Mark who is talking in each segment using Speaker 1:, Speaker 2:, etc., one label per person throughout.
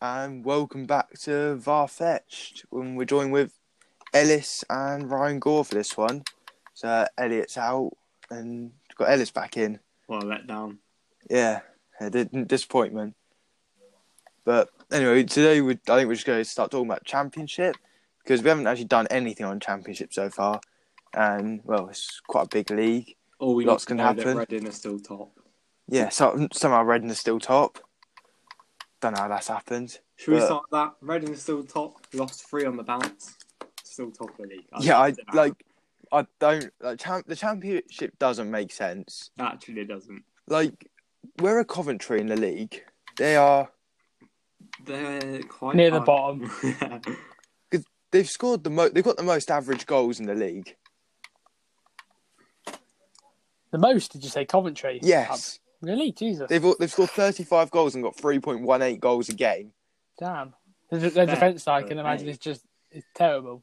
Speaker 1: and welcome back to Varfetched. When we're joined with Ellis and Ryan Gore for this one. So Elliot's out and got Ellis back in.
Speaker 2: What a letdown.
Speaker 1: Yeah, a di- disappointment. But anyway, today we I think we're just going to start talking about championship because we haven't actually done anything on championship so far, and well, it's quite a big league.
Speaker 2: All we
Speaker 1: Lots
Speaker 2: need to
Speaker 1: can
Speaker 2: know
Speaker 1: happen.
Speaker 2: that Reading are still top.
Speaker 1: Yeah, so somehow Redden is still top. Don't know how that's happened.
Speaker 2: Should we
Speaker 1: But-
Speaker 2: start with that? Reading are still top. Lost three on the bounce. Still top of the league.
Speaker 1: yeah, I
Speaker 2: don't know.
Speaker 1: like. I don't like champ- the championship doesn't make sense.
Speaker 2: Actually, it doesn't.
Speaker 1: Like, where are Coventry in the league? They are
Speaker 2: They're quite
Speaker 3: Near the
Speaker 2: bad.
Speaker 3: bottom.
Speaker 1: they've scored the most. They've got the most average goals in the league.
Speaker 3: The most, did you say Coventry?
Speaker 1: Yes,
Speaker 3: Uh, Really? Jesus.
Speaker 1: they've they've scored thirty five goals and got three point one eight goals a game.
Speaker 3: Damn. Their, their defence, I can
Speaker 2: Hey.
Speaker 3: imagine, is just it's terrible.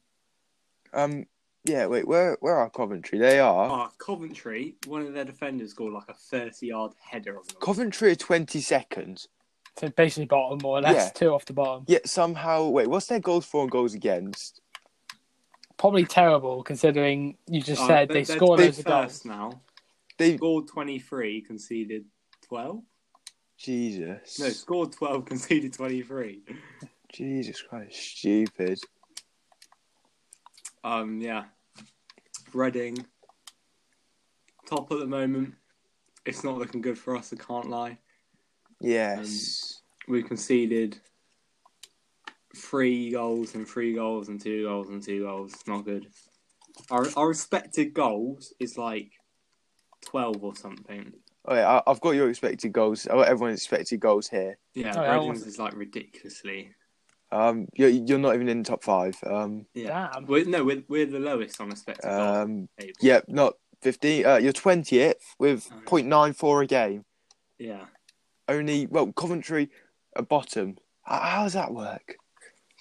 Speaker 1: Um, yeah. Wait, where where are Coventry? They are
Speaker 2: Ah, Coventry, one of their defenders scored like a 30 yard header on them.
Speaker 1: Coventry are twenty second.
Speaker 3: So basically bottom, more or less.
Speaker 1: Yeah.
Speaker 3: Two off the bottom.
Speaker 1: Yet somehow, wait, what's their goals for and goals against?
Speaker 3: Probably terrible, considering you just
Speaker 1: Oh,
Speaker 2: Ah,
Speaker 3: said
Speaker 2: they're-
Speaker 3: they
Speaker 2: they're
Speaker 3: scored
Speaker 2: dead
Speaker 3: loads of goals.
Speaker 2: first now.
Speaker 1: They
Speaker 2: Scored 23, conceded 12?
Speaker 1: Jesus,
Speaker 2: No, scored 12, conceded 23.
Speaker 1: Jesus Christ, stupid.
Speaker 2: Um, yeah. Reading. Top at the moment. It's not looking good for us, I can't lie.
Speaker 1: Yes,
Speaker 2: We conceded three goals and three goals and two goals and two goals. Not good. Our, our expected goals is like 12 or something.
Speaker 1: oh yeah, I, I've got your expected goals. I've got everyone's expected goals here.
Speaker 2: Yeah,
Speaker 3: Oh, yeah, I
Speaker 2: Reading's
Speaker 3: want-
Speaker 2: is like ridiculously.
Speaker 1: Um, you're you're not even in the top five. Um,
Speaker 2: Yeah.
Speaker 3: Damn.
Speaker 2: We're, no, we're, we're the lowest on expected goals
Speaker 1: um,
Speaker 2: table.
Speaker 1: yeah, not fifteen. Uh, you're twentieth with
Speaker 2: Oh, yeah.
Speaker 1: 0.94 a game.
Speaker 2: Yeah.
Speaker 1: Only well, Coventry, a bottom. How, how does that work?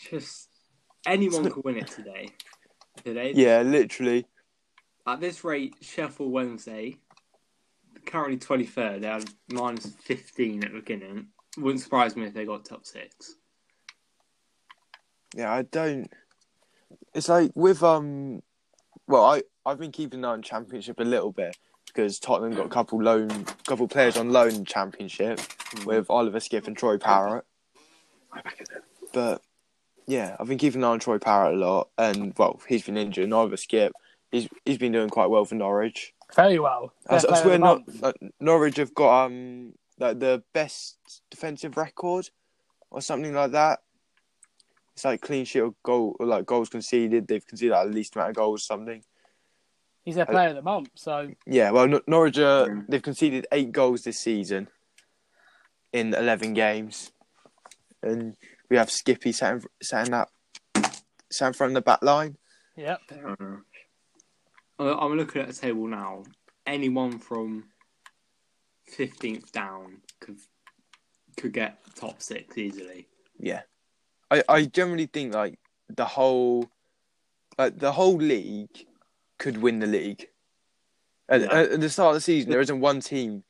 Speaker 2: Just anyone could win it today. Today,
Speaker 1: Yeah, literally.
Speaker 2: at this rate, Sheffield Wednesday, currently 23rd, they had minus 15 at the beginning. Wouldn't surprise me if they got top six.
Speaker 1: Yeah, I don't. It's like with um, well, I I've been keeping an eye on Championship a little bit because Tottenham got a couple loan, couple players on loan in Championship
Speaker 2: Hmm.
Speaker 1: with Oliver Skiff and Troy Parrott.
Speaker 2: Uh,
Speaker 1: But yeah, I've been keeping an eye on Troy Parrott a lot, and well, he's been injured. And Oliver Skip, he's he's been doing quite well for Norwich.
Speaker 3: Very well.
Speaker 1: I,
Speaker 3: Best
Speaker 1: I
Speaker 3: player
Speaker 1: swear,
Speaker 3: of the
Speaker 1: not
Speaker 3: month.
Speaker 1: like, uh, Norwich have got um like the best defensive record or something like that. It's like clean sheet or goal or like goals conceded. They've conceded like, the least amount of goals, or something.
Speaker 3: He's their player of the month, so
Speaker 1: Yeah, well, Nor- Norwich uh,
Speaker 2: Mm.
Speaker 1: they've conceded eight goals this season in eleven games, and we have Skippy sat in, sat in that sat in front of the back line.
Speaker 3: yeah.
Speaker 2: Fair enough. I- I'm looking at the table now. Anyone from 15th down could could get top six easily.
Speaker 1: Yeah, I I generally think like the whole like the whole league could win the league. At,
Speaker 2: Yeah.
Speaker 1: at the start of the season, there isn't one team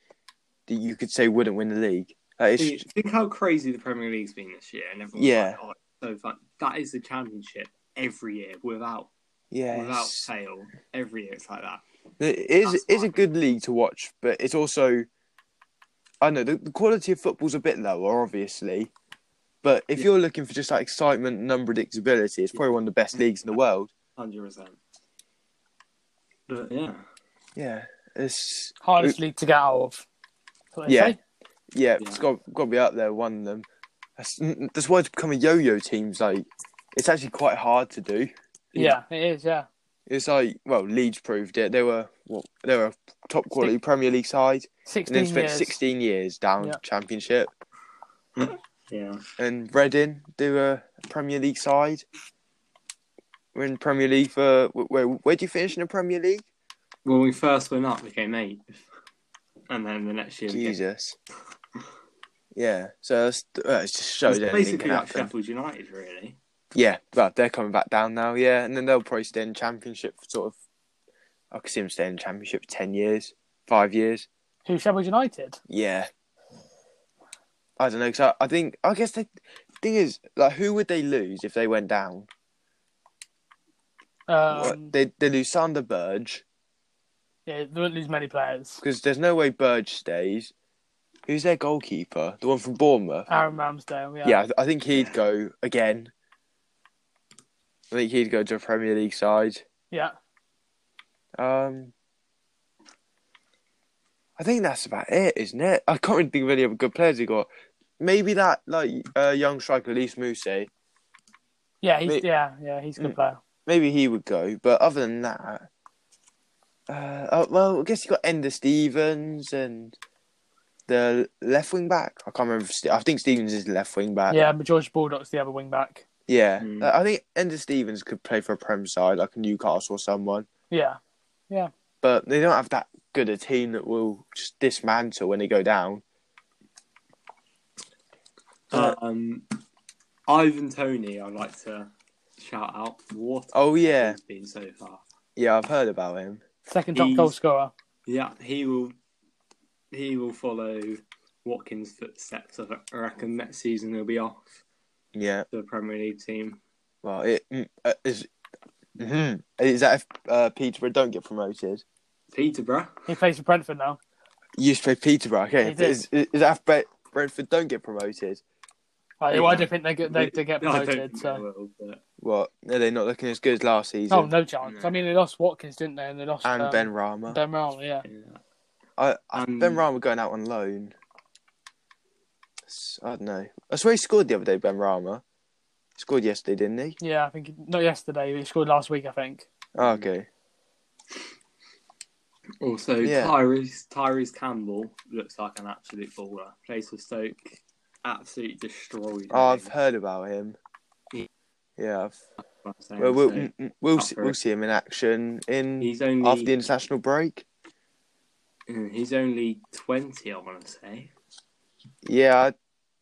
Speaker 1: that you could say wouldn't win the league. Like, it's,
Speaker 2: Think, think how crazy the Premier League's been this year, and everyone's
Speaker 1: Yeah.
Speaker 2: like, oh, it's so fun. That is the championship every year without
Speaker 1: yeah,
Speaker 2: without
Speaker 1: it's-
Speaker 2: fail. Every year it's like that.
Speaker 1: It is
Speaker 2: That's
Speaker 1: is a
Speaker 2: fine.
Speaker 1: good league to watch, but it's also I know the, the quality of football's a bit lower, obviously. But if
Speaker 2: Yeah.
Speaker 1: you're looking for just like excitement and unpredictability, it's probably one of the best leagues in the world.
Speaker 2: Hundred percent. But yeah,
Speaker 1: Yeah, it's
Speaker 3: Hardest league to get out of. That's what they
Speaker 1: Yeah.
Speaker 3: say.
Speaker 1: yeah, it's
Speaker 2: Yeah.
Speaker 1: got got to be up there. One of them. That's, that's why to become a yo-yo team's like it's actually quite hard to do.
Speaker 3: yeah. it is, yeah.
Speaker 1: It's like well, Leeds proved it. They were what they were a top quality Premier League side, and
Speaker 3: 16
Speaker 1: then spent
Speaker 3: years.
Speaker 1: 16 years down
Speaker 3: Yeah.
Speaker 1: Championship.
Speaker 2: yeah.
Speaker 1: and Reading do a Premier League side. We're in Premier League for where? Where do you finish in the Premier League?
Speaker 2: When we first went up, we came eighth, and then the next year, we came-
Speaker 1: Jesus. Yeah, so that's, uh, it just shows
Speaker 2: it's
Speaker 1: anything
Speaker 2: basically
Speaker 1: can
Speaker 2: like
Speaker 1: happen.
Speaker 2: Sheffield United, really.
Speaker 1: Yeah, but they're coming back down now. Yeah, and then they'll probably stay in Championship for sort of. I could see them staying in Championship for ten years, five years.
Speaker 3: Who Sheffield United?
Speaker 1: Yeah. I don't know because I, I think I guess they thing is, like, who would they lose if they went down?
Speaker 3: Um,
Speaker 1: they they lose Sander Burge
Speaker 3: yeah, they wouldn't lose many players.
Speaker 1: because there's no way Burge stays. Who's their goalkeeper? The one from Bournemouth.
Speaker 3: Aaron Ramsdale, Ah, yeah.
Speaker 1: yeah, I, th- I think he'd go again. I think he'd go to a Premier League side.
Speaker 3: Yeah.
Speaker 1: Um, I think that's about it, isn't it? I can't really think of any other good players he got. Maybe that like uh, young striker, Elise Moussa.
Speaker 3: Yeah, he's,
Speaker 1: Me-
Speaker 3: yeah, yeah, he's a good
Speaker 1: Mm.
Speaker 3: player.
Speaker 1: Maybe he would go, but other than that, uh, oh, well, I guess you got Ender Stevens and the left wing back. I can't remember. If Ste- I think Stevens is the left wing back.
Speaker 3: yeah, but George Bulldog's the other wing back.
Speaker 1: yeah.
Speaker 2: Mm.
Speaker 1: Uh, I think Ender Stevens could play for a Prem side like Newcastle or someone,
Speaker 3: Yeah.
Speaker 1: but they don't have that good a team that will just dismantle when they go down. Yeah.
Speaker 2: Um, Ivan Tony, I'd like to shout out what
Speaker 1: Oh yeah,
Speaker 2: he's been so far.
Speaker 1: yeah. I've heard about him.
Speaker 3: Second top
Speaker 2: He's-
Speaker 3: goal scorer.
Speaker 2: Yeah, he will. He will follow Watkins' footsteps. I reckon next season he'll be off
Speaker 1: Yeah.
Speaker 2: the Premier League team.
Speaker 1: Well, it mm, uh, is. mhm. Is that if uh, Peterborough don't get promoted?
Speaker 2: Peterborough.
Speaker 3: He plays for Brentford now.
Speaker 1: You used to play Peterborough, okay?
Speaker 3: He did.
Speaker 1: Is, is, is that if Brent, Brentford don't get promoted?
Speaker 3: Like,
Speaker 2: Yeah.
Speaker 3: I don't think they get they, they get
Speaker 2: No, I don't
Speaker 3: promoted.
Speaker 2: think
Speaker 3: so
Speaker 2: they will, but
Speaker 1: What? Are they not looking as good as last season?
Speaker 3: oh no chance.
Speaker 2: No.
Speaker 3: I mean, they lost Watkins, didn't they? And they lost
Speaker 1: And
Speaker 3: um,
Speaker 1: Ben Rama.
Speaker 3: Ben Rama, yeah.
Speaker 2: yeah.
Speaker 1: I, I,
Speaker 2: and-
Speaker 1: ben Rama going out on loan. S- I don't know. I swear he scored the other day, Ben Rama. Scored yesterday, didn't he?
Speaker 3: Yeah, I think he- not yesterday. but He scored last week, I think.
Speaker 1: Oh,
Speaker 2: Mm,
Speaker 1: okay.
Speaker 2: Also,
Speaker 1: Yeah.
Speaker 2: Tyrese Tyrese Campbell looks like an absolute baller. Plays for Stoke, absolutely destroyed.
Speaker 1: Oh, I've
Speaker 2: him,
Speaker 1: heard about him.
Speaker 2: Yeah.
Speaker 1: Yeah. I've,
Speaker 2: I'm saying.
Speaker 1: well, we'll,
Speaker 2: So,
Speaker 1: mm, mm, we'll,
Speaker 2: up
Speaker 1: see,
Speaker 2: for
Speaker 1: we'll
Speaker 2: it.
Speaker 1: see him in action in
Speaker 2: he's only mm,
Speaker 1: after the international break.
Speaker 2: he's only twenty. I want to say.
Speaker 1: Yeah, I,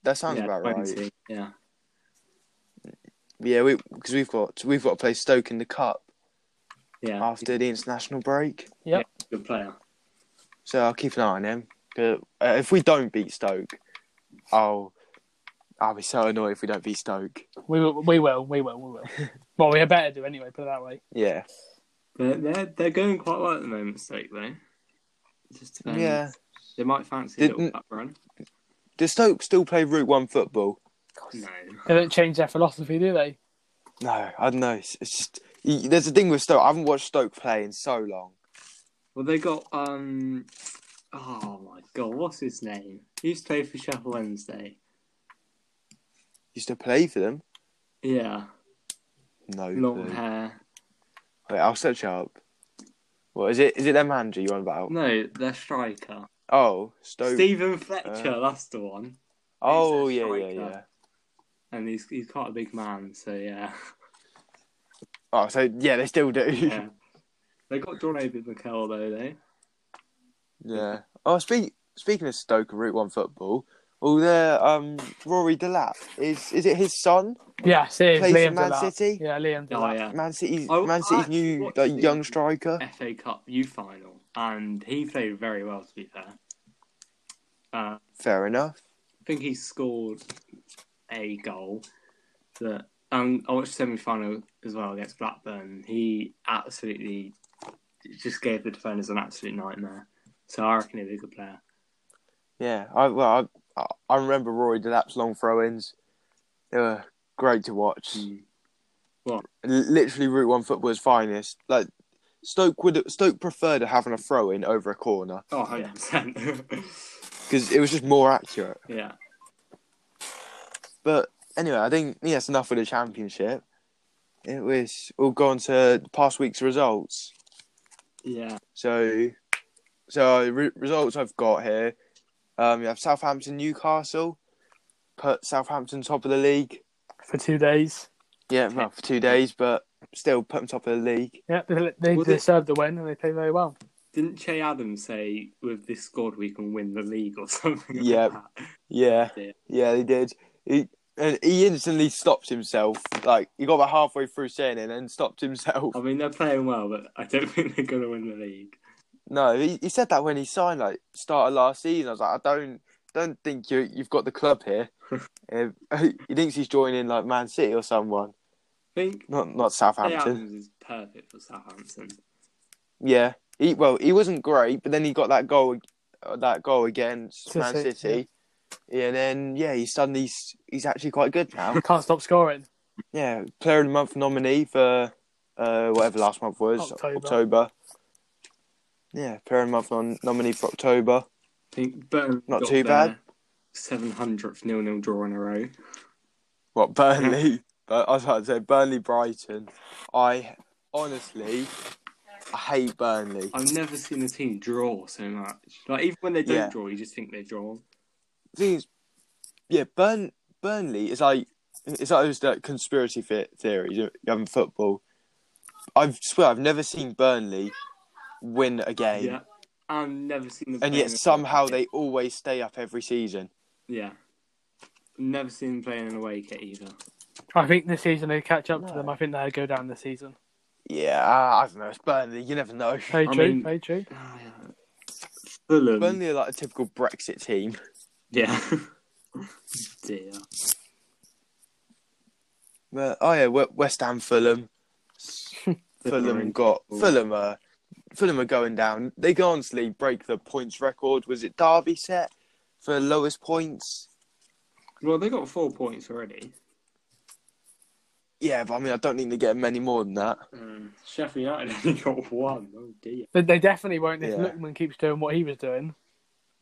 Speaker 1: that sounds
Speaker 2: yeah,
Speaker 1: about right.
Speaker 2: 20, Yeah.
Speaker 1: Yeah, we because we've got we've got to play Stoke in the cup
Speaker 2: Yeah,
Speaker 1: after the international break,
Speaker 2: good player.
Speaker 1: so I'll keep an eye on him. 'Cause, Uh, if we don't beat Stoke, I'll I'll be so annoyed if we don't beat Stoke.
Speaker 3: We will, we will, we will, we will. well, we had better do anyway. Put it that way.
Speaker 1: Yeah,
Speaker 2: They're, they're they're going quite well at the moment, Stoke though. Just depends.
Speaker 1: yeah.
Speaker 2: They might fancy a
Speaker 1: Didn't-
Speaker 2: little cup run.
Speaker 1: Does Stoke still play Route One football?
Speaker 2: No.
Speaker 3: They don't change their philosophy, do they?
Speaker 1: No, I don't know. It's, it's just y- there's a thing with Stoke. I haven't watched Stoke play in so long.
Speaker 2: Well, they got um. Oh my god, what's his name? He used to play for Sheffield Wednesday.
Speaker 1: Used to play for them.
Speaker 2: Yeah,
Speaker 1: No,
Speaker 2: long
Speaker 1: clue.
Speaker 2: hair.
Speaker 1: Wait, I'll search up. What is it? Is it them Andrew you on about?
Speaker 2: No, their striker.
Speaker 1: Oh, Stoke.
Speaker 2: Stephen Fletcher, that's the one.
Speaker 1: oh,
Speaker 2: he's a
Speaker 1: yeah, yeah,
Speaker 2: striker.
Speaker 1: yeah.
Speaker 2: And he's he's quite a big man, so yeah.
Speaker 1: Oh, so yeah, they still do.
Speaker 2: yeah. They got John Obi Mikel though, they.
Speaker 1: Yeah. Oh, speak, speaking of Stoke and Route One football, well, there, um, Rory Delap is is it his son?
Speaker 3: Yes, it is.
Speaker 1: Plays
Speaker 3: Liam
Speaker 1: for Man
Speaker 3: Delap.
Speaker 1: City?
Speaker 3: Yeah, Liam.
Speaker 2: Oh
Speaker 3: Delap.
Speaker 2: yeah.
Speaker 1: Man City's
Speaker 2: I-
Speaker 1: Man
Speaker 2: Oh, I
Speaker 1: City's
Speaker 2: actually
Speaker 1: new
Speaker 2: watched
Speaker 1: like,
Speaker 2: the-
Speaker 1: young striker.
Speaker 2: FA Cup U final, and he played very well. To be fair, uh, I
Speaker 1: Fair enough.
Speaker 2: think he scored a goal. That um, I watched semi final as well against Blackburn. He absolutely just gave the defenders an absolute nightmare. So I reckon he's a good player.
Speaker 1: Yeah. I well, I, I remember Rory Delap's long throw-ins. They were great to watch.
Speaker 2: Hmm.
Speaker 1: L- literally, Route One football's finest. Like Stoke would Stoke preferred having a throw-in over a corner
Speaker 2: Oh, 100 percent.
Speaker 1: because it was just more accurate.
Speaker 2: Yeah,
Speaker 1: But anyway, I think yeah, that's enough for the championship. It was we'll go on to past week's results.
Speaker 2: yeah.
Speaker 1: So, so re- results I've got here. Um, you have Southampton, Newcastle. Put Southampton top of the league.
Speaker 3: For two days.
Speaker 1: Yeah, well, for two days, but still put them top of the league.
Speaker 3: Yeah, they, they
Speaker 2: Was it-
Speaker 3: deserved the win and they played very well.
Speaker 2: Didn't Che Adams say with this squad we can win the league or something? like
Speaker 1: Yeah.
Speaker 2: that?
Speaker 1: Yeah,
Speaker 2: Yeah.
Speaker 1: yeah, they did. He and he instantly stopped himself. Like he got about halfway through saying it and stopped himself.
Speaker 2: I mean they're playing well, but I don't think they're gonna win the league.
Speaker 1: No, he, he said that when he signed, like start of last season. I was like, I don't don't think you you've got the club here. Um, he thinks he's joining like Man City or someone,
Speaker 2: I think
Speaker 1: not not
Speaker 2: Tay
Speaker 1: Southampton.
Speaker 2: Adams is perfect for Southampton.
Speaker 1: Yeah, he well he wasn't great, but then he got that goal uh, that goal against
Speaker 3: City,
Speaker 1: Man City, and then yeah, he's suddenly he's, he's actually quite good now.
Speaker 3: Can't stop scoring.
Speaker 1: yeah, Player of the Month nominee for uh, whatever last month was
Speaker 3: October.
Speaker 1: October. Yeah, Player of the Month nom- nominee for October.
Speaker 2: I think Burnley
Speaker 1: Not
Speaker 2: got
Speaker 1: too
Speaker 2: their
Speaker 1: bad.
Speaker 2: 700th nil nil draw in a row.
Speaker 1: What Burnley? But I was about to say Burnley Brighton. I honestly I hate Burnley.
Speaker 2: I've never seen a team draw so much. Like even when they don't
Speaker 1: Yeah.
Speaker 2: draw, you just think they're drawn.
Speaker 1: thing is, yeah, Burn Burnley is like it's like those like, conspiracy the- theories you have in football. I swear I've never seen Burnley win a game,
Speaker 2: Yeah, I've never seen them.
Speaker 1: and
Speaker 2: play
Speaker 1: yet
Speaker 2: in a-
Speaker 1: somehow they always stay up every season.
Speaker 2: Yeah, never seen them playing an away kit either.
Speaker 3: I think this season they catch up to
Speaker 1: No.
Speaker 3: them. I think they'll go down this season.
Speaker 1: Yeah, I I don't know. It's Burnley. You never know.
Speaker 3: Very
Speaker 2: I
Speaker 3: true.
Speaker 2: mean-
Speaker 3: Very true.
Speaker 2: Ah, yeah. Fulham.
Speaker 1: Burnley are like a typical Brexit team.
Speaker 2: Yeah. Dear.
Speaker 1: But, oh yeah, We- West Ham, Fulham,
Speaker 2: are
Speaker 1: Fulham
Speaker 2: in
Speaker 1: got
Speaker 2: trouble.
Speaker 1: Fulham are Fulham are going down. They could honestly break the points record. Was it Derby set for lowest points?
Speaker 2: Well, they got four points already.
Speaker 1: Yeah, but I mean, I don't think they get many more than that.
Speaker 2: Um, Sheffield United only got one. Oh dear.
Speaker 3: They, they definitely won't if
Speaker 1: Yeah.
Speaker 3: Lookman keeps doing what he was doing.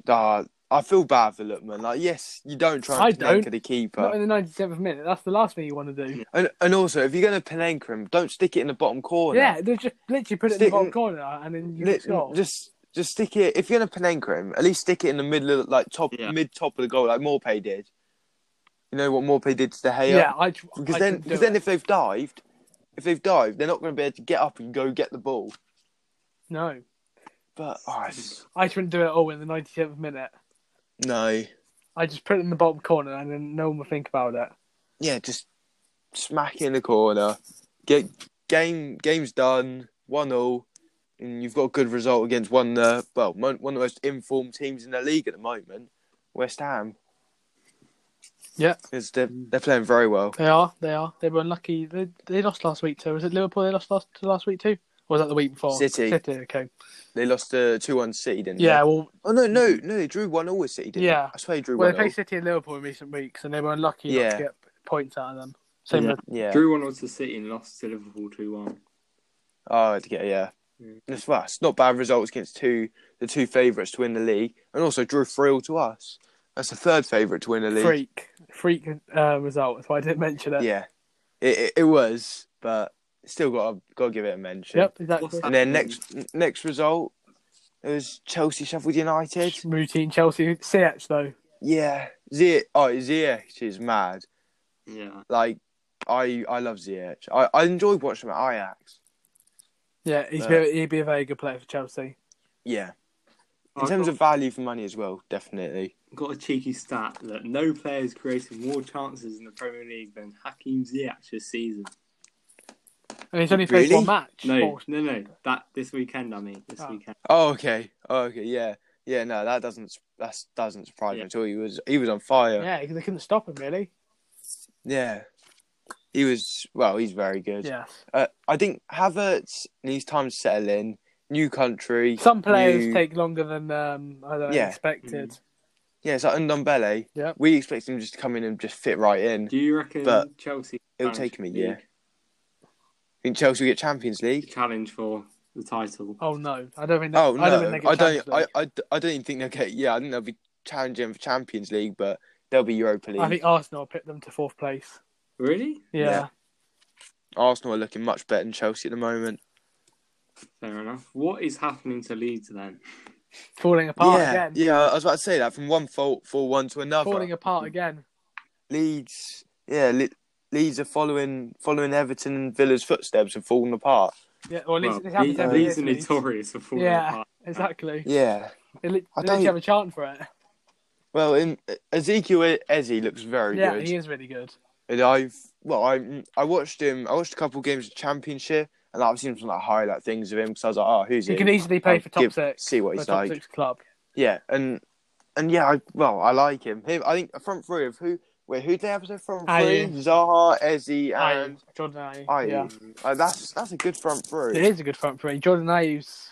Speaker 1: Ah, I feel bad for Lookman. Like, yes, you don't try
Speaker 3: I
Speaker 1: and
Speaker 3: don't.
Speaker 1: penenka the keeper,
Speaker 3: Not in the 97th minute. That's the last thing you want to do.
Speaker 1: and and also if you're going to penenka him, don't stick it in the bottom corner.
Speaker 3: Yeah, they just literally put it in
Speaker 1: Stick-
Speaker 3: the bottom corner and then you
Speaker 1: Li-
Speaker 3: score.
Speaker 1: just just stick it. If you're going to penenka him, at least stick it in the middle, of, like top
Speaker 2: Yeah.
Speaker 1: mid top of the goal, like Morpay did. You know what Morpay did to De Gea?
Speaker 3: yeah, I tr-
Speaker 1: because
Speaker 3: I
Speaker 1: then
Speaker 3: couldn't do
Speaker 1: because then
Speaker 3: it.
Speaker 1: if they've dived, if they've dived, they're not going to be able to get up and go get the ball.
Speaker 3: no,
Speaker 1: But oh, it's-
Speaker 3: I couldn't do it all in the 97th minute.
Speaker 1: no,
Speaker 3: I just put it in the bottom corner and then no one would think about it.
Speaker 1: yeah, just smack it in the corner. Get game game's done one all, and you've got a good result against one the well mo- one of the most informed teams in the league at the moment, West Ham.
Speaker 3: Yeah.
Speaker 1: because they're they're playing very well.
Speaker 3: They are, they are. They were unlucky. They, they lost last week too. Was it Liverpool they lost last, last week too? Or was that the week before?
Speaker 1: City.
Speaker 3: City, okay.
Speaker 1: They lost a two one City, didn't
Speaker 3: Yeah,
Speaker 1: they?
Speaker 3: well,
Speaker 1: Oh no, no, no, they drew one all with City, didn't they?
Speaker 3: Yeah.
Speaker 1: I swear they drew
Speaker 3: well they
Speaker 1: one all.
Speaker 3: played City and Liverpool in recent weeks and they were unlucky not
Speaker 1: Yeah.
Speaker 3: to get points out of them. Same
Speaker 2: Yeah.
Speaker 3: with
Speaker 1: Yeah.
Speaker 2: Drew one was to City and lost to Liverpool two one.
Speaker 1: Oh, I'd get yeah.
Speaker 2: Yeah.
Speaker 1: That's well, it's not bad results against two the two favourites to win the league, and also drew three all to us. That's the third favourite to win the league.
Speaker 3: freak, freak uh, result. That's why I didn't mention it.
Speaker 1: Yeah, it, it it was, but still got to, got to give it a mention.
Speaker 3: Yep, exactly.
Speaker 2: What's that?
Speaker 1: And then next n- next result, it was Chelsea Sheffield United.
Speaker 3: Routine Chelsea. CH though.
Speaker 1: Yeah, Ziyech. Oh, Ziyech is mad.
Speaker 2: Yeah.
Speaker 1: Like, I I love Ziyech. I I enjoyed watching him at Ajax.
Speaker 3: Yeah, he's
Speaker 1: No.
Speaker 3: very, he'd be a very good player for Chelsea.
Speaker 1: Yeah, in
Speaker 2: I've
Speaker 1: terms
Speaker 2: got,
Speaker 1: of value for money as well, definitely.
Speaker 2: got a cheeky stat that no players created more chances in the Premier League than Hakim Ziyech this season.
Speaker 3: And he's only played
Speaker 1: Really?
Speaker 3: one match.
Speaker 2: No,
Speaker 3: Or-
Speaker 2: no, no. That this weekend, I mean, this
Speaker 3: Ah.
Speaker 2: weekend.
Speaker 1: Oh, okay. Oh, okay. Yeah. Yeah. No, that doesn't that doesn't surprise me
Speaker 2: Yeah.
Speaker 1: at all. He was he was on fire. Yeah.
Speaker 3: Yeah, because they couldn't stop him really.
Speaker 1: He was well. He's very good.
Speaker 3: Yeah.
Speaker 1: Uh, I think Havertz needs time to settle in. New country.
Speaker 3: Some players
Speaker 1: new-
Speaker 3: take longer than um, I don't know,
Speaker 1: Yeah. Mm.
Speaker 3: expected.
Speaker 1: Yeah, it's like Undombele.
Speaker 3: Yeah.
Speaker 1: We expect him just to come in and just fit right in.
Speaker 2: Do you reckon
Speaker 1: But
Speaker 2: Chelsea?
Speaker 1: it'll
Speaker 2: challenge
Speaker 1: take him a
Speaker 2: the
Speaker 1: year.
Speaker 2: league?
Speaker 1: think Chelsea will get Champions League.
Speaker 2: Challenge for the title.
Speaker 3: Oh no, I don't think. They,
Speaker 1: Oh no,
Speaker 3: I don't think they
Speaker 1: I
Speaker 3: get
Speaker 1: don't.
Speaker 3: Champions
Speaker 1: I,
Speaker 3: League.
Speaker 1: I, I don't even think they'll get. Yeah, I think they'll be challenging for Champions League, but they'll be Europa League.
Speaker 3: I, think Arsenal picked them to fourth place.
Speaker 2: Really?
Speaker 3: Yeah,
Speaker 1: Yeah. Arsenal are looking much better than Chelsea at the moment.
Speaker 2: Fair enough. What is happening to Leeds then?
Speaker 3: falling apart
Speaker 1: yeah,
Speaker 3: again.
Speaker 1: yeah. I was about to say that from one fault for one to another.
Speaker 3: Falling apart again.
Speaker 1: Leeds, yeah, Le- Leeds are following following Everton and Villa's footsteps and falling apart.
Speaker 3: Yeah, or at least
Speaker 2: Well,
Speaker 3: this happens
Speaker 2: Leeds,
Speaker 3: every year.
Speaker 2: Leeds are
Speaker 3: to Leeds.
Speaker 2: notorious for falling
Speaker 3: Yeah.
Speaker 2: apart.
Speaker 3: Exactly.
Speaker 1: Yeah. I
Speaker 3: They li- they literally
Speaker 1: don't-
Speaker 3: have a chance for it.
Speaker 1: Well, in, Ezekiel Ezzy looks very
Speaker 3: Yeah,
Speaker 1: good,
Speaker 3: he is really good.
Speaker 1: and I've well, I I watched him. I watched a couple of games of Championship, and I've seen some like highlight things of him because I was like, oh, who's
Speaker 3: He
Speaker 1: he?
Speaker 3: can easily play
Speaker 1: I'll
Speaker 3: for top
Speaker 1: give-
Speaker 3: six.
Speaker 1: See what
Speaker 3: For
Speaker 1: he's
Speaker 3: top
Speaker 1: like.
Speaker 3: six club.
Speaker 1: Yeah, and and yeah, I well, I like him. Him, I think a front three of who? Wait, who did they have as their front three?
Speaker 3: Ayew.
Speaker 1: Zaha, Ezzy,
Speaker 3: Ayew,
Speaker 1: and
Speaker 3: Jordan Ayew.
Speaker 1: Ayew.
Speaker 3: Yeah.
Speaker 1: like, that's that's a good front
Speaker 3: It
Speaker 1: three.
Speaker 3: is a good front three. Jordan Ayew's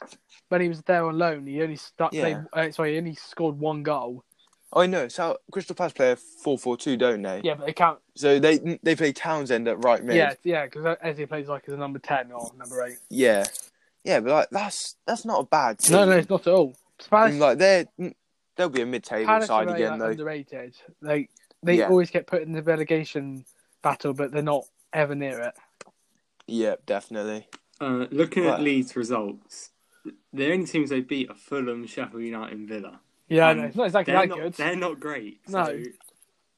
Speaker 3: when he was there on loan, he only stuck.
Speaker 1: Yeah.
Speaker 3: They, uh, sorry, he only scored one goal.
Speaker 1: I know. So Crystal Palace play a four four two, don't they?
Speaker 3: Yeah, but they can't.
Speaker 1: So they they play Townsend at right mid.
Speaker 3: Yeah, yeah, because Ezzy plays like as a number ten or number eight.
Speaker 1: yeah, Yeah, But like that's that's not a bad. Team.
Speaker 3: No, no, it's not at all. Palace,
Speaker 1: And, like they they'll be a mid table
Speaker 3: Palace
Speaker 1: side
Speaker 3: are
Speaker 1: again
Speaker 3: like,
Speaker 1: though.
Speaker 3: underrated. Like they
Speaker 1: Yeah.
Speaker 3: always get put in the relegation battle, but they're not ever near it.
Speaker 1: Yeah, definitely.
Speaker 2: Uh, looking
Speaker 1: Right.
Speaker 2: at Leeds results, the only teams they beat are Fulham, Sheffield United, and Villa.
Speaker 3: Yeah,
Speaker 2: Um,
Speaker 3: no, it's not exactly
Speaker 2: They're
Speaker 3: that
Speaker 2: not,
Speaker 3: good.
Speaker 2: they're not great. So
Speaker 3: No.
Speaker 2: If,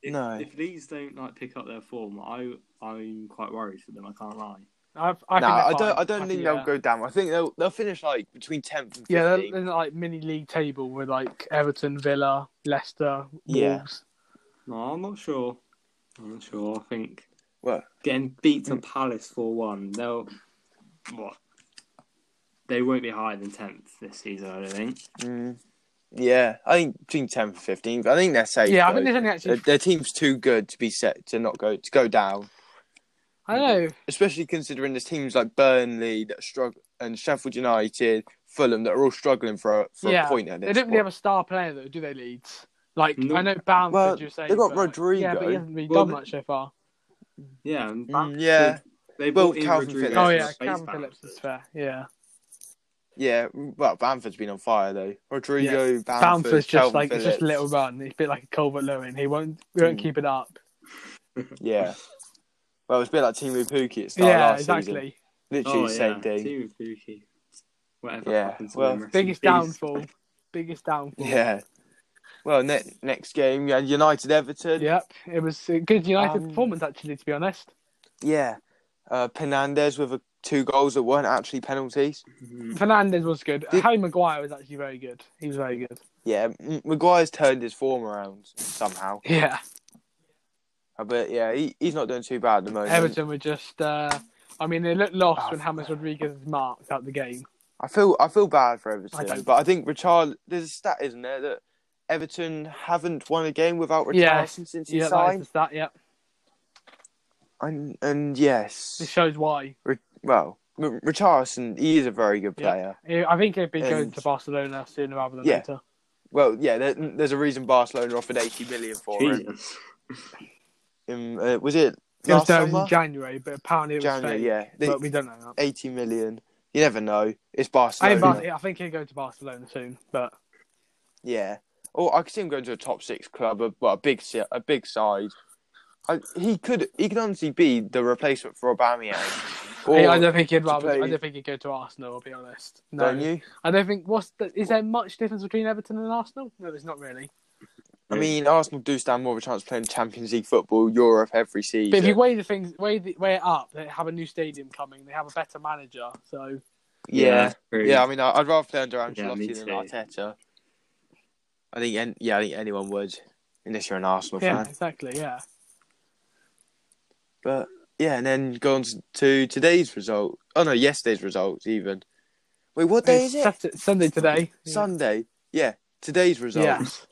Speaker 1: No.
Speaker 2: If Leeds don't like pick up their form, I I'm quite worried for them. I can't lie.
Speaker 3: I, I,
Speaker 1: nah, I
Speaker 3: think they're
Speaker 1: don't. I
Speaker 3: fine.
Speaker 1: don't think
Speaker 3: yeah.
Speaker 1: they'll go down. I think they'll they'll finish like between tenth and
Speaker 3: Yeah, they're,
Speaker 1: fifteenth.
Speaker 3: they're in the, like mini league table with like Everton, Villa, Leicester, Wolves.
Speaker 1: Yeah.
Speaker 2: No, I'm not sure. I'm not sure. I think
Speaker 1: Well,
Speaker 2: getting beat
Speaker 1: Hmm.
Speaker 2: to Palace four one. They'll what? They won't be higher than tenth this season. I don't think.
Speaker 1: mm, yeah, I think between tenth and fifteenth. I think they're safe.
Speaker 3: Yeah, I
Speaker 1: though.
Speaker 3: think there's only actually.
Speaker 1: their, their team's too good to be set to not go to go down.
Speaker 3: I
Speaker 1: Mm-hmm.
Speaker 3: don't know.
Speaker 1: Especially considering there's teams like Burnley that struggle and Sheffield United, Fulham that are all struggling for a, for
Speaker 3: Yeah,
Speaker 1: a point. At
Speaker 3: They
Speaker 1: this
Speaker 3: don't really have
Speaker 1: point.
Speaker 3: a star player though, do they? Leeds. Like
Speaker 2: No.
Speaker 3: I know Bamford.
Speaker 1: Well,
Speaker 3: you say
Speaker 1: they've got
Speaker 3: but, like, Yeah, but
Speaker 1: Rodrigo.
Speaker 3: he hasn't really
Speaker 2: Well,
Speaker 3: done much so far.
Speaker 2: Yeah. and
Speaker 1: Mm,
Speaker 2: back-
Speaker 1: yeah.
Speaker 2: They
Speaker 1: Well,
Speaker 2: bought in
Speaker 1: Calvin
Speaker 2: Rodriguez
Speaker 1: Phillips.
Speaker 2: and
Speaker 3: Oh yeah,
Speaker 2: Space
Speaker 3: Cam
Speaker 2: Bamford.
Speaker 3: Phillips is fair. Yeah,
Speaker 1: yeah. Well, Bamford's been on fire though. Rodrigo, Bamford,
Speaker 3: Bamford's just
Speaker 1: Calvin
Speaker 3: like it's just a
Speaker 1: Phillips.
Speaker 3: little run. He's a bit like a Colbert Lewin. He won't he won't
Speaker 1: Mm.
Speaker 3: keep it up.
Speaker 1: Yeah. Well, it's a bit like Timu Puki at start
Speaker 3: yeah,
Speaker 1: last
Speaker 3: exactly.
Speaker 1: season. Literally
Speaker 2: Oh,
Speaker 1: the
Speaker 2: yeah.
Speaker 1: same thing.
Speaker 2: Team of Pookie. Whatever
Speaker 1: Yeah,
Speaker 2: happened to
Speaker 1: well,
Speaker 2: them, rest in
Speaker 3: Biggest
Speaker 2: peace.
Speaker 3: downfall. Biggest downfall.
Speaker 1: Yeah. Well, ne- next game, yeah, United Everton.
Speaker 3: Yep. It was a good United
Speaker 1: Um,
Speaker 3: performance actually. To be honest.
Speaker 1: Yeah. Uh, Penandes with a, two goals that weren't actually penalties.
Speaker 2: Mhm.
Speaker 3: Fernandez was good.
Speaker 1: Did-
Speaker 3: Harry Maguire was actually very good. He was very good.
Speaker 1: Yeah, M- Maguire's turned his form around somehow.
Speaker 3: Yeah.
Speaker 1: Uh, But yeah, he, he's not doing too bad at the moment.
Speaker 3: Everton were just. Uh, I mean, they looked lost
Speaker 1: Oh,
Speaker 3: when James Rodriguez was marked out the game.
Speaker 1: I feel I feel bad for
Speaker 3: I
Speaker 1: Everton,
Speaker 3: don't.
Speaker 1: but I think Richard. There's a stat, isn't there, that Everton haven't won a game without Richarlison
Speaker 3: Yeah.
Speaker 1: since he
Speaker 3: Yeah, that is
Speaker 1: signed.
Speaker 3: the stat. Yeah,
Speaker 1: And and
Speaker 3: this
Speaker 1: yes,
Speaker 3: shows why.
Speaker 1: well, R- Richarlison, he is a very good
Speaker 3: Yeah.
Speaker 1: player.
Speaker 3: I think he'd be going
Speaker 1: And-
Speaker 3: to Barcelona sooner rather than
Speaker 1: Yeah.
Speaker 3: later.
Speaker 1: Well, yeah, there, there's a reason Barcelona offered 80 million for him.
Speaker 2: Jesus.
Speaker 1: Um, uh, was it
Speaker 3: It was
Speaker 1: last
Speaker 3: done
Speaker 1: summer?
Speaker 3: in January, but apparently it was
Speaker 1: January,
Speaker 3: fake,
Speaker 1: yeah. They-
Speaker 3: But we don't know that.
Speaker 1: 80 million. You never know. It's
Speaker 3: I,
Speaker 1: Barcelona.
Speaker 3: mean, Bar- I think he'll go to Barcelona soon, but
Speaker 1: Yeah. Or I could see him going to a top six club, a, well, a big si- a big side. I, he could he could honestly be the replacement for Aubameyang. Or,
Speaker 3: I I don't think he'd
Speaker 1: to
Speaker 3: rather. I
Speaker 1: play-
Speaker 3: don't think he'd go to Arsenal. I'll be honest. No,
Speaker 1: don't you?
Speaker 3: I don't think. What's the, is there much difference between Everton and Arsenal? No, there's not really.
Speaker 1: I mean, Arsenal do stand more of a chance of playing Champions League football, Europe every season.
Speaker 3: But if you weigh the things, weigh the, weigh it up, they have a new stadium coming. They have a better manager, so
Speaker 1: yeah.
Speaker 2: true.
Speaker 1: Yeah, I mean, I- I'd rather play under
Speaker 2: Yeah,
Speaker 1: Ancelotti
Speaker 2: me
Speaker 1: than
Speaker 2: too.
Speaker 1: Arteta. I think, an- yeah, I think anyone would, unless you're an Arsenal
Speaker 3: yeah,
Speaker 1: fan.
Speaker 3: exactly, yeah.
Speaker 1: But yeah, and then go on to today's result. Oh no, yesterday's results even. Wait, what day is
Speaker 3: It's
Speaker 1: it?
Speaker 3: Sat- Sunday today.
Speaker 1: Sunday. Yeah, today's
Speaker 3: Yeah.
Speaker 1: results.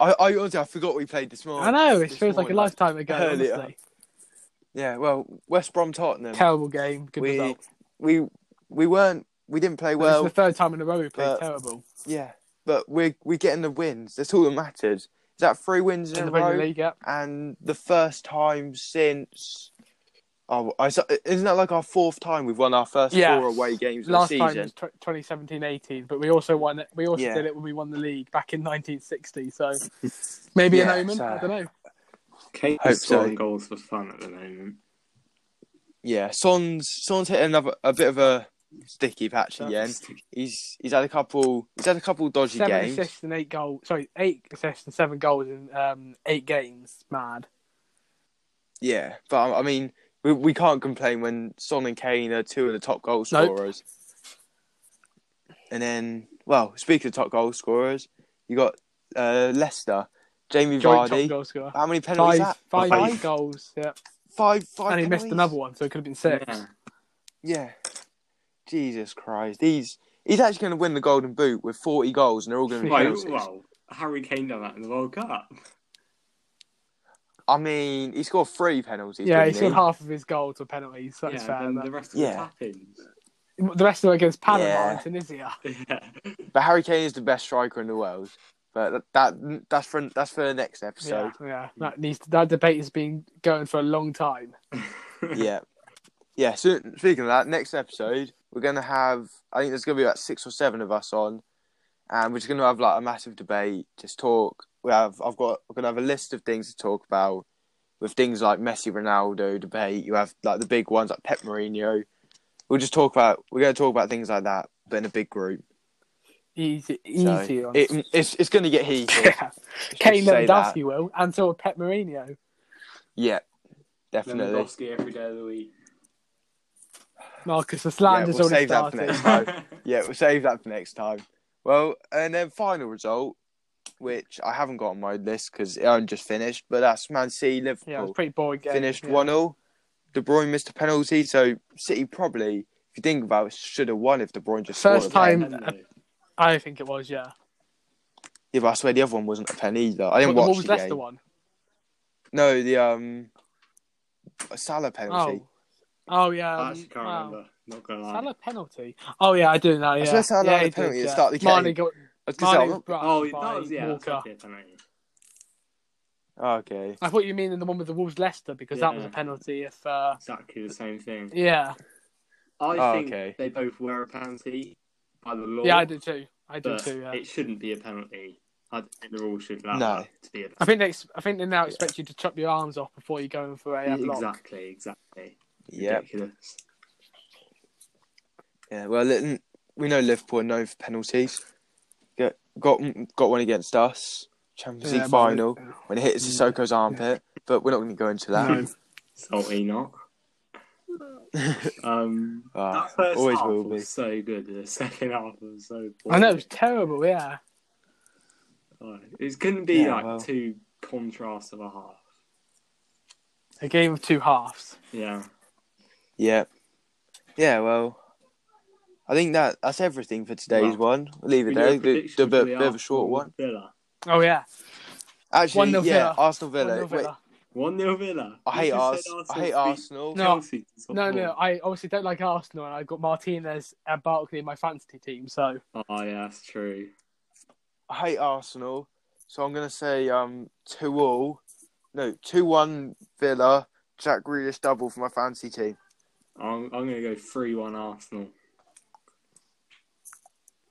Speaker 1: I, I honestly, I forgot we played this morning.
Speaker 3: I know. It
Speaker 1: This
Speaker 3: feels like a
Speaker 1: morning.
Speaker 3: lifetime ago.
Speaker 1: Earlier.
Speaker 3: Honestly.
Speaker 1: Yeah, well, West Brom Tottenham.
Speaker 3: Terrible game. Good
Speaker 1: we,
Speaker 3: result.
Speaker 1: we we weren't we didn't play
Speaker 3: Well,
Speaker 1: well.
Speaker 3: it's the third time in a row we played
Speaker 1: but-
Speaker 3: terrible
Speaker 1: Yeah, but we're we're getting the wins. That's all that matters. Is that three wins in,
Speaker 3: in the
Speaker 1: a row?
Speaker 3: Premier League. Yeah.
Speaker 1: and the first time since oh I s- isn't that like our fourth time we've won our first
Speaker 3: Yeah.
Speaker 1: four away games of the
Speaker 3: Last time
Speaker 1: season
Speaker 3: was tw 2017-18, but we also won. It, we also
Speaker 1: Yeah.
Speaker 3: did it when we won the league back in 1960. So maybe
Speaker 1: Yeah,
Speaker 3: an omen.
Speaker 1: so-
Speaker 3: I don't know.
Speaker 2: Kate's
Speaker 1: Hope so.
Speaker 2: scoring goals for fun at the moment.
Speaker 1: yeah Son's Son's hit another a bit of a sticky patch
Speaker 3: That's
Speaker 1: again he's he's had a couple he's had a couple dodgy
Speaker 3: Seven
Speaker 1: games
Speaker 3: assists and eight goals. Sorry, eight assists and seven goals in um, eight games. Mad.
Speaker 1: yeah but um, I mean we, we can't complain when Son and Kane are two of the top goal
Speaker 3: Nope.
Speaker 1: scorers and then well speaking of top goal scorers you got uh, Leicester Jamie
Speaker 3: Joint top
Speaker 1: Vardy
Speaker 3: goal scorer.
Speaker 1: how many penalties
Speaker 3: Five,
Speaker 1: that?
Speaker 3: five
Speaker 2: Five.
Speaker 3: goals. Yeah,
Speaker 1: five five
Speaker 3: and he missed
Speaker 1: penalties?
Speaker 3: another one, so it could have been six.
Speaker 2: Yeah.
Speaker 1: Yeah. Jesus Christ. He's he's actually going to win the Golden Boot with 40 goals, and they're all going to be
Speaker 2: Well,
Speaker 1: penalties.
Speaker 2: well, Harry Kane done that in the World Cup.
Speaker 1: I mean, he scored three penalties.
Speaker 3: yeah, he
Speaker 1: didn't
Speaker 3: scored half of his goals to penalties. So that's
Speaker 2: yeah,
Speaker 3: fair.
Speaker 2: then
Speaker 3: but-
Speaker 2: the rest of
Speaker 1: Yeah.
Speaker 2: the tappings.
Speaker 3: The rest of them against Panama
Speaker 1: Yeah.
Speaker 3: and Tunisia.
Speaker 2: Yeah.
Speaker 1: But Harry Kane is the best striker in the world. But that, that that's for that's for the next episode.
Speaker 3: yeah, yeah, that needs to, that debate has been going for a long time.
Speaker 1: Yeah. yeah. so speaking of that, next episode we're gonna have I think there's gonna be about six or seven of us on, and we're just gonna have like a massive debate, just talk. We have I've got we're gonna have a list of things to talk about, with things like Messi, Ronaldo debate. You have like the big ones like Pep Mourinho. We'll just talk about we're gonna talk about things like that, but in a big group.
Speaker 3: Easy,
Speaker 1: So
Speaker 3: easy. on.
Speaker 1: it, it's it's gonna get heated.
Speaker 3: yeah.
Speaker 1: Let's
Speaker 3: Kane
Speaker 1: just say that.
Speaker 3: Lewandowski will, and so will Pep Mourinho.
Speaker 1: Yeah, definitely.
Speaker 2: Lewandowski every day of the week.
Speaker 3: Marcus, the
Speaker 1: Yeah,
Speaker 3: slander's
Speaker 1: we'll
Speaker 3: already
Speaker 1: save that for
Speaker 3: started.
Speaker 1: next time. Yeah, we'll save that for next time. Well, and then final result, which I haven't got on my list because I only just finished, but that's Man City
Speaker 3: Yeah, it was a
Speaker 1: Liverpool
Speaker 3: pretty boring game.
Speaker 1: finished
Speaker 3: yeah.
Speaker 1: one 0 De Bruyne missed a penalty, so City probably, if you think about it, should have won if De Bruyne just
Speaker 3: First
Speaker 1: scored a
Speaker 3: time-
Speaker 1: penalty.
Speaker 3: I think it was, yeah.
Speaker 1: Yeah, but I swear the other one wasn't a pen either. I
Speaker 3: What,
Speaker 1: didn't
Speaker 3: the
Speaker 1: watch
Speaker 3: Wolves
Speaker 1: the
Speaker 3: Leicester
Speaker 1: game.
Speaker 3: one.
Speaker 1: No, the um, Salah penalty.
Speaker 3: Oh, oh yeah.
Speaker 2: I
Speaker 3: um,
Speaker 2: actually can't
Speaker 3: wow.
Speaker 2: remember. Not gonna lie.
Speaker 3: Salah penalty. Oh yeah, I do know. Yeah,
Speaker 1: swear Salah
Speaker 3: yeah,
Speaker 1: had a
Speaker 3: he
Speaker 1: penalty at
Speaker 3: did,
Speaker 1: the
Speaker 3: yeah.
Speaker 1: start of the
Speaker 3: Mane
Speaker 1: game.
Speaker 3: got
Speaker 1: I was gonna say,
Speaker 3: Mane
Speaker 1: I'm
Speaker 3: was
Speaker 1: not-
Speaker 3: brushed
Speaker 2: Oh, that
Speaker 3: by
Speaker 2: was yeah. That's
Speaker 3: Walker.
Speaker 2: actually a penalty.
Speaker 1: Oh, okay.
Speaker 3: I thought you mean in the one with the Wolves Leicester because that was a
Speaker 2: Yeah.
Speaker 3: penalty. If uh,
Speaker 2: Exactly the same thing.
Speaker 3: yeah,
Speaker 2: I
Speaker 1: Oh,
Speaker 2: think
Speaker 1: okay.
Speaker 2: they both were a penalty by the law.
Speaker 3: yeah, I do too. I do
Speaker 2: but
Speaker 3: too. Yeah.
Speaker 2: it shouldn't be a penalty. I don't think the rule should allow
Speaker 1: No.
Speaker 2: that to be a
Speaker 3: I
Speaker 2: penalty.
Speaker 3: think they ex- I think they now expect you to chop your arms off before you go in for a uh, block.
Speaker 2: exactly, exactly.
Speaker 1: Yeah.
Speaker 2: Ridiculous.
Speaker 1: Yeah, well, Lit- we know Liverpool are known for penalties. Got got got one against us, Champions League
Speaker 3: Yeah, but-
Speaker 1: final when it hits Sissoko's armpit, but we're not going to go into that.
Speaker 3: No.
Speaker 2: Salty not. um,
Speaker 1: Ah,
Speaker 2: that first
Speaker 1: always
Speaker 2: half
Speaker 1: will
Speaker 2: was
Speaker 1: be.
Speaker 2: so good. The second half was so.
Speaker 3: I know it
Speaker 2: boring.
Speaker 3: was terrible. Yeah.
Speaker 2: Like, It couldn't be
Speaker 1: Yeah,
Speaker 2: like
Speaker 1: well.
Speaker 2: two contrasts of a half.
Speaker 3: A game of two halves.
Speaker 2: Yeah.
Speaker 1: Yeah, yeah. Well, I think that that's everything for today's
Speaker 2: Well,
Speaker 1: one. We'll leave it
Speaker 2: We
Speaker 1: there.
Speaker 2: do a
Speaker 1: Do,
Speaker 2: prediction
Speaker 1: do a
Speaker 2: for
Speaker 1: bit,
Speaker 2: the
Speaker 1: bit of a short one.
Speaker 2: Arsenal Villa.
Speaker 3: Oh yeah.
Speaker 1: Actually,
Speaker 3: 1-0
Speaker 1: yeah,
Speaker 3: Villa.
Speaker 1: Arsenal Villa.
Speaker 3: 1-0
Speaker 1: uh, Wait,
Speaker 3: Villa.
Speaker 2: One nil Villa.
Speaker 1: I hate
Speaker 2: You just
Speaker 1: Ars-
Speaker 2: said
Speaker 1: I hate
Speaker 2: beat
Speaker 1: Arsenal.
Speaker 3: No,
Speaker 2: Chelsea to top
Speaker 3: No, no,
Speaker 2: four.
Speaker 3: I obviously don't like Arsenal, and I've got Martinez and Barkley in my fantasy team, so
Speaker 2: Oh yeah, that's true.
Speaker 1: I hate Arsenal, so I'm gonna say um two all. No, two one Villa. Jack Grealish double for my fancy team.
Speaker 2: I'm, I'm gonna go three one Arsenal.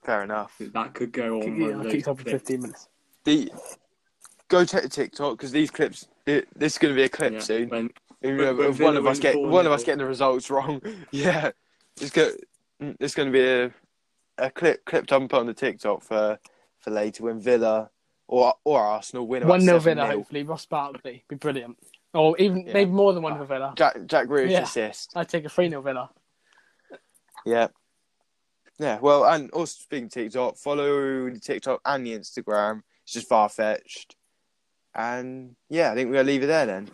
Speaker 1: Fair enough.
Speaker 2: That could go on. one
Speaker 3: yeah,
Speaker 2: of
Speaker 3: I
Speaker 2: those
Speaker 3: keep up for
Speaker 2: clips.
Speaker 3: 15 minutes.
Speaker 1: the go check the TikTok because these clips. thi- This is going to be a clip
Speaker 2: Yeah,
Speaker 1: soon.
Speaker 2: when-
Speaker 1: Even if-
Speaker 2: when
Speaker 1: if one
Speaker 2: Villa
Speaker 1: of us
Speaker 2: win
Speaker 1: get one of us
Speaker 2: 4-0.
Speaker 1: getting the results wrong. Yeah, it's go. mm, It's going to be a a clip clipped up on the TikTok for for later when Villa or or Arsenal win. about
Speaker 3: 1 0 Villa,
Speaker 1: 7-0.
Speaker 3: hopefully. Ross Barkley, be brilliant. Or even
Speaker 1: Yeah.
Speaker 3: maybe more than 1 0 Villa.
Speaker 1: Jack Jack Grealish
Speaker 3: Yeah.
Speaker 1: assist.
Speaker 3: I'd take a 3 0 Villa.
Speaker 1: Yeah. Yeah, well, and also speaking of TikTok, follow the TikTok and the Instagram. It's just far fetched. And yeah, I think we're going to leave it there then.